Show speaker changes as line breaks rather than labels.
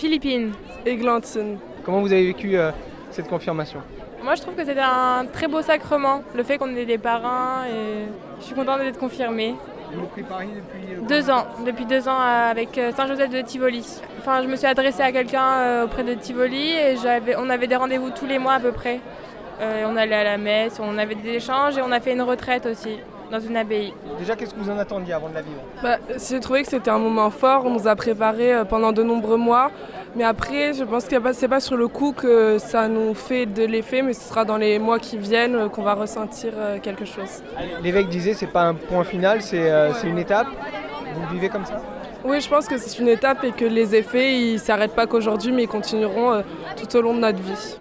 Philippines.
Églantine.
Comment vous avez vécu euh, cette confirmation
Moi, je trouve que c'était un très beau sacrement, le fait qu'on ait des parrains, et je suis contente d'être confirmée.
Vous le préparez depuis euh,
Deux ans, depuis deux ans euh, avec euh, Saint-Joseph de Tivoli. Enfin, je me suis adressée à quelqu'un euh, auprès de Tivoli et j'avais, on avait des rendez-vous tous les mois à peu près. Euh, on allait à la messe, on avait des échanges et on a fait une retraite aussi dans une abbaye.
Déjà, qu'est-ce que vous en attendiez avant de la vivre
Bah, J'ai trouvé que c'était un moment fort, on nous a préparé euh, pendant de nombreux mois, mais après je pense que c'est pas sur le coup que ça nous fait de l'effet, mais ce sera dans les mois qui viennent euh, qu'on va ressentir euh, quelque chose.
L'évêque disait c'est pas un point final, c'est euh, c'est une étape. Vous le vivez comme ça
Oui, je pense que c'est une étape et que les effets ils s'arrêtent pas qu'aujourd'hui, mais ils continueront euh, tout au long de notre vie.